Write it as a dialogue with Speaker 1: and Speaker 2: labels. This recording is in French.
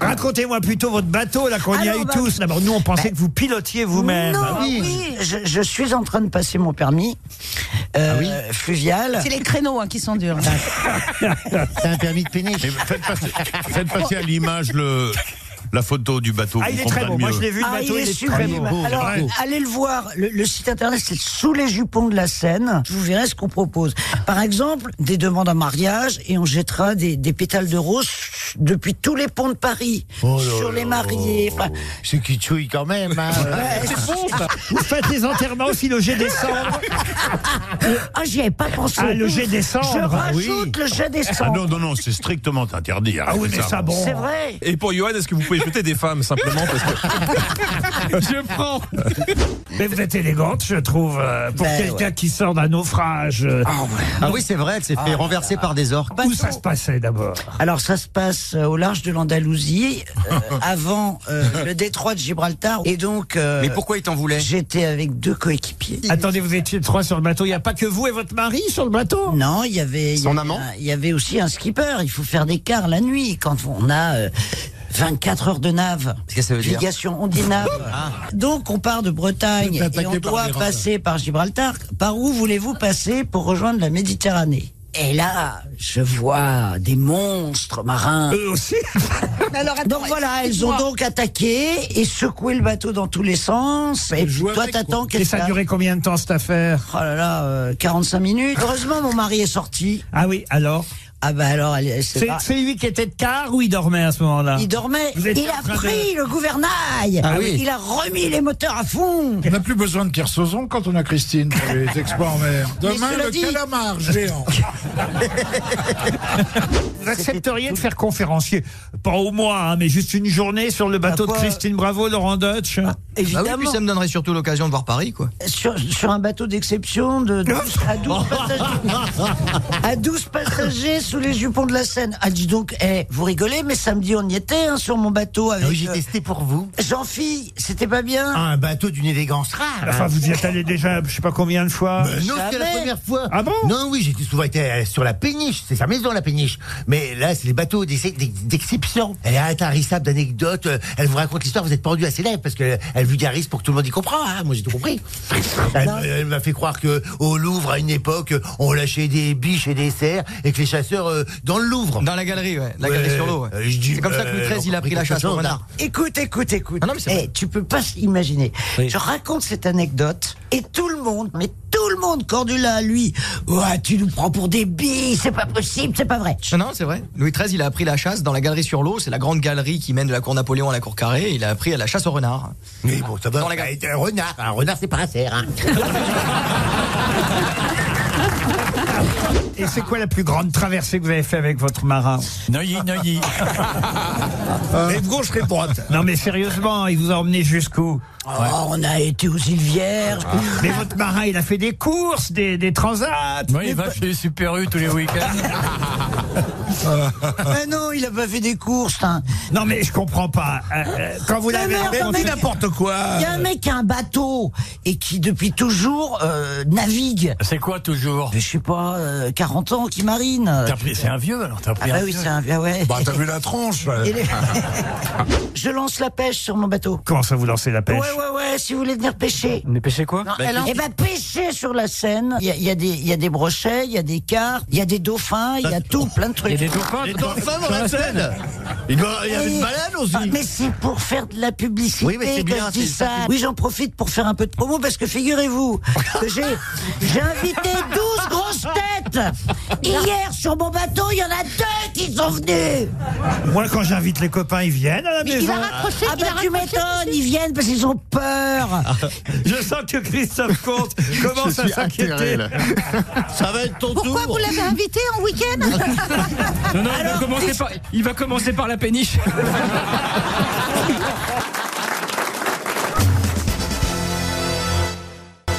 Speaker 1: Racontez-moi plutôt votre bateau, là, qu'on y
Speaker 2: Alors,
Speaker 1: aille
Speaker 2: bah-
Speaker 1: tous. D'abord, nous, on pensait que vous pilotiez vous-même.
Speaker 2: Non,
Speaker 1: Ah oui.
Speaker 2: oui.
Speaker 3: Je, je suis en train de passer mon permis euh, fluvial.
Speaker 2: C'est les créneaux hein, qui sont durs.
Speaker 4: C'est un permis de péniche.
Speaker 5: Mais faites passer, faites passer à l'image le, la photo du bateau.
Speaker 1: Ah, il est
Speaker 5: qu'on
Speaker 1: très
Speaker 5: comprenne
Speaker 1: beau. Moi,
Speaker 5: mieux.
Speaker 1: je l'ai vu, le
Speaker 3: Ah,
Speaker 1: bateau,
Speaker 3: il est super
Speaker 1: très
Speaker 3: beau.
Speaker 1: beau.
Speaker 3: Alors,
Speaker 5: Ouais.
Speaker 3: Oh. allez le voir. Le, le site internet, c'est sous les jupons de la Seine. Je vous verrai ce qu'on propose. Par exemple, des demandes en mariage et on jettera des, des pétales de rose depuis tous les ponts de Paris
Speaker 4: Oh là
Speaker 3: sur
Speaker 4: là.
Speaker 3: les mariés. Enfin,
Speaker 5: Oh.
Speaker 4: C'est qui chouille quand même. hein.
Speaker 5: Ah,
Speaker 1: Ah, Vous faites les enterrements aussi le jet des cendres.
Speaker 3: ah, j'y avais pas pensé.
Speaker 1: Ah, le jet des
Speaker 3: Je
Speaker 1: cendres.
Speaker 3: rajoute le jet des
Speaker 5: Ah
Speaker 3: cendres.
Speaker 5: non, non, non, c'est strictement interdit. hein.
Speaker 1: Ah oui,
Speaker 5: arrêtez
Speaker 1: mais ça, bon.
Speaker 3: C'est vrai.
Speaker 6: Et pour Johan, est-ce que vous pouvez jeter des femmes simplement parce que je prends.
Speaker 1: Mais vous êtes élégante, je trouve, euh, pour
Speaker 3: Ben,
Speaker 1: quelqu'un qui sort d'un naufrage. euh,
Speaker 4: Ah oui, c'est vrai, elle s'est fait renverser par des orques.
Speaker 2: Bah,
Speaker 1: Où ça se passait d'abord
Speaker 3: Alors ça se passe euh, au large de l'Andalousie, euh, avant euh, le détroit de Gibraltar. Et donc, euh,
Speaker 7: Mais pourquoi il t'en Bah voulait
Speaker 3: j'étais avec deux coéquipiers. Ah,
Speaker 1: Attendez, vous étiez trois sur le bateau. Il n'y a pas que vous et votre mari sur le bateau
Speaker 3: Non, il y avait il y
Speaker 7: Son
Speaker 3: avait
Speaker 7: amant
Speaker 3: un- Il y avait aussi un skipper. Il faut faire des quarts la nuit quand on a euh, 24 heures de nave.
Speaker 7: Qu'est-ce que ça veut dire Ah.
Speaker 3: Navigation, on dit nave. Donc on part de Bretagne
Speaker 4: Vous êtes
Speaker 3: et on
Speaker 4: attaqué par
Speaker 3: doit
Speaker 4: des rats.
Speaker 3: passer par Gibraltar. Par où voulez-vous passer pour rejoindre la Méditerranée Et là, je vois des monstres marins.
Speaker 1: Eux aussi
Speaker 2: Alors, attends,
Speaker 3: Donc voilà, elles ont
Speaker 2: explique-moi.
Speaker 3: donc attaqué et secoué le bateau dans tous les sens. Et
Speaker 4: jouent
Speaker 3: toi,
Speaker 4: avec,
Speaker 3: t'attends
Speaker 1: Et
Speaker 3: qu'elle
Speaker 1: ça a duré combien de temps cette affaire
Speaker 3: Oh là là, euh, 45 minutes. Heureusement, mon mari est sorti.
Speaker 1: Ah oui, alors
Speaker 3: Ah bah alors, elle, elle s'est
Speaker 1: C'est
Speaker 3: barrée.
Speaker 1: c'est lui qui était de quart ou il dormait à ce moment-là
Speaker 3: Il dormait.
Speaker 1: Vous êtes
Speaker 3: Il
Speaker 1: en
Speaker 3: a
Speaker 1: train Ah
Speaker 3: pris le gouvernail.
Speaker 4: oui.
Speaker 3: Il a remis les moteurs à fond.
Speaker 8: On n'a plus besoin de Pierre Sauzon quand on a Christine pour les exploits en mer. Demain,
Speaker 3: cela
Speaker 8: le
Speaker 3: dit-
Speaker 8: calamar géant.
Speaker 1: Vous accepteriez de faire conférencier Pas au mois, hein, mais juste une journée sur le bateau de
Speaker 3: quoi Ah.
Speaker 1: Christine Bravo, Laurent Deutsch
Speaker 7: Bah
Speaker 3: Évidemment.
Speaker 7: oui, puis ça me donnerait surtout l'occasion de voir Paris, quoi.
Speaker 3: sur, sur un bateau d'exception de, de- à 12 passagers. à 12 passagers sous les jupons de la Seine. Ah, dis donc, eh, vous rigolez, mais samedi, on y était hein, sur mon bateau avec.
Speaker 4: Ah Oui, J'ai
Speaker 3: euh,
Speaker 4: testé pour vous.
Speaker 3: Jean-Fille, c'était pas bien.
Speaker 4: Un bateau d'une élégance rare.
Speaker 1: Enfin, vous y êtes allé déjà, je sais pas combien de fois.
Speaker 4: Euh, Non, c'était la
Speaker 3: Jamais.
Speaker 4: première fois.
Speaker 1: Ah bon
Speaker 4: Non, oui, j'ai souvent été euh, sur la péniche. C'est sa maison, la péniche. Mais là, c'est les bateaux d'ex- d'ex- d'exception. Elle est intarissable d'anecdotes. euh, Elle vous raconte l'histoire. Vous êtes pendu à ses lèvres parce qu'elle elle vulgarise pour que tout le monde y comprend. hein. Moi, j'ai tout compris. Elle, elle m'a fait croire que au Louvre, à une époque, on lâchait des biches et des cerfs et que les chasseurs euh, dans le Louvre.
Speaker 7: Dans la galerie, ouais. La galerie
Speaker 4: Ouais,
Speaker 7: sur l'eau, ouais.
Speaker 4: euh, je dis,
Speaker 7: C'est comme ça que Louis
Speaker 4: euh,
Speaker 7: XIII, il a pris la chasse au renard.
Speaker 3: Écoute, écoute, écoute.
Speaker 7: Ah non, mais c'est
Speaker 3: Eh,
Speaker 7: vrai.
Speaker 3: tu peux pas imaginer. Je raconte cette anecdote et tout le monde, mais tout le monde, Cordula, lui, ouais, tu nous prends pour des billes, c'est pas possible, c'est pas vrai.
Speaker 7: Non, non, c'est vrai. Louis XIII, il a appris la chasse dans la galerie sur l'eau. C'est la grande galerie qui mène de la cour Napoléon à la cour Carré. Il a appris à la chasse au renard.
Speaker 4: Mais bon, ça va.
Speaker 7: Dans la gare.
Speaker 4: Un renard, un renard, c'est pas un cerf. hein.
Speaker 1: Et c'est quoi la plus grande traversée que vous avez fait avec votre marin
Speaker 5: Neuilly, Neuilly.
Speaker 1: Rive gauche, rive droite. Non mais sérieusement, il vous a emmené jusqu'où
Speaker 3: Oh, on a été aux îles Vierges.
Speaker 1: Mais votre marin, il a fait des courses, des, des transats.
Speaker 5: Moi, il va chez les Super U tous les week-ends.
Speaker 3: Ah non, il a pas fait des courses. hein.
Speaker 1: Non mais je comprends pas. Euh, euh, quand vous l'avez
Speaker 3: mais
Speaker 1: raconté-
Speaker 3: attendez, mais-
Speaker 1: n'importe
Speaker 3: Il
Speaker 1: quoi.
Speaker 3: y a un mec qui a un bateau et qui depuis toujours euh, navigue.
Speaker 5: C'est quoi toujours
Speaker 3: Je sais pas, euh, 40 ans qui marine.
Speaker 5: T'as pris- C'est un vieux alors, t'as
Speaker 3: Ah
Speaker 5: pris
Speaker 3: bah
Speaker 5: un
Speaker 3: oui,
Speaker 5: vieux.
Speaker 3: c'est un ah ouais.
Speaker 8: Bah, t'as vu la tronche là.
Speaker 3: Et les- Je lance la pêche sur mon bateau.
Speaker 1: Comment ça vous lancez la pêche
Speaker 3: Ouais, ouais, ouais, si vous voulez venir pêcher.
Speaker 7: Mais pêcher quoi
Speaker 3: Eh ben pêcher sur la Seine. Il y a, il y, a des- il y a des brochets, il y a des cartes, il y a des dauphins, il y a tout, plein de trucs.
Speaker 5: Les dauphins dans la Seine Il doit y avait une balade aussi
Speaker 3: Ah, mais c'est pour faire de la publicité
Speaker 4: Oui, mais c'est
Speaker 3: que
Speaker 4: bien,
Speaker 3: je dis
Speaker 4: c'est-
Speaker 3: ça. Oui, j'en profite pour faire un peu de promo parce que figurez-vous que j'ai j'ai invité 12 grosses têtes. Hier, sur mon bateau, il y en a deux qui sont venus.
Speaker 1: Moi, quand j'invite les copains, ils viennent à la maison.
Speaker 3: ah bah tu m'étonnes, ils viennent parce qu'ils ont peur.
Speaker 1: Je sens que Christophe Comte commence à s'inquiéter.
Speaker 4: Ça va être ton
Speaker 2: Pourquoi vous
Speaker 4: tour.
Speaker 2: l'avez invité en week-end
Speaker 6: Non, non, il, va commencer par, il va commencer par la péniche.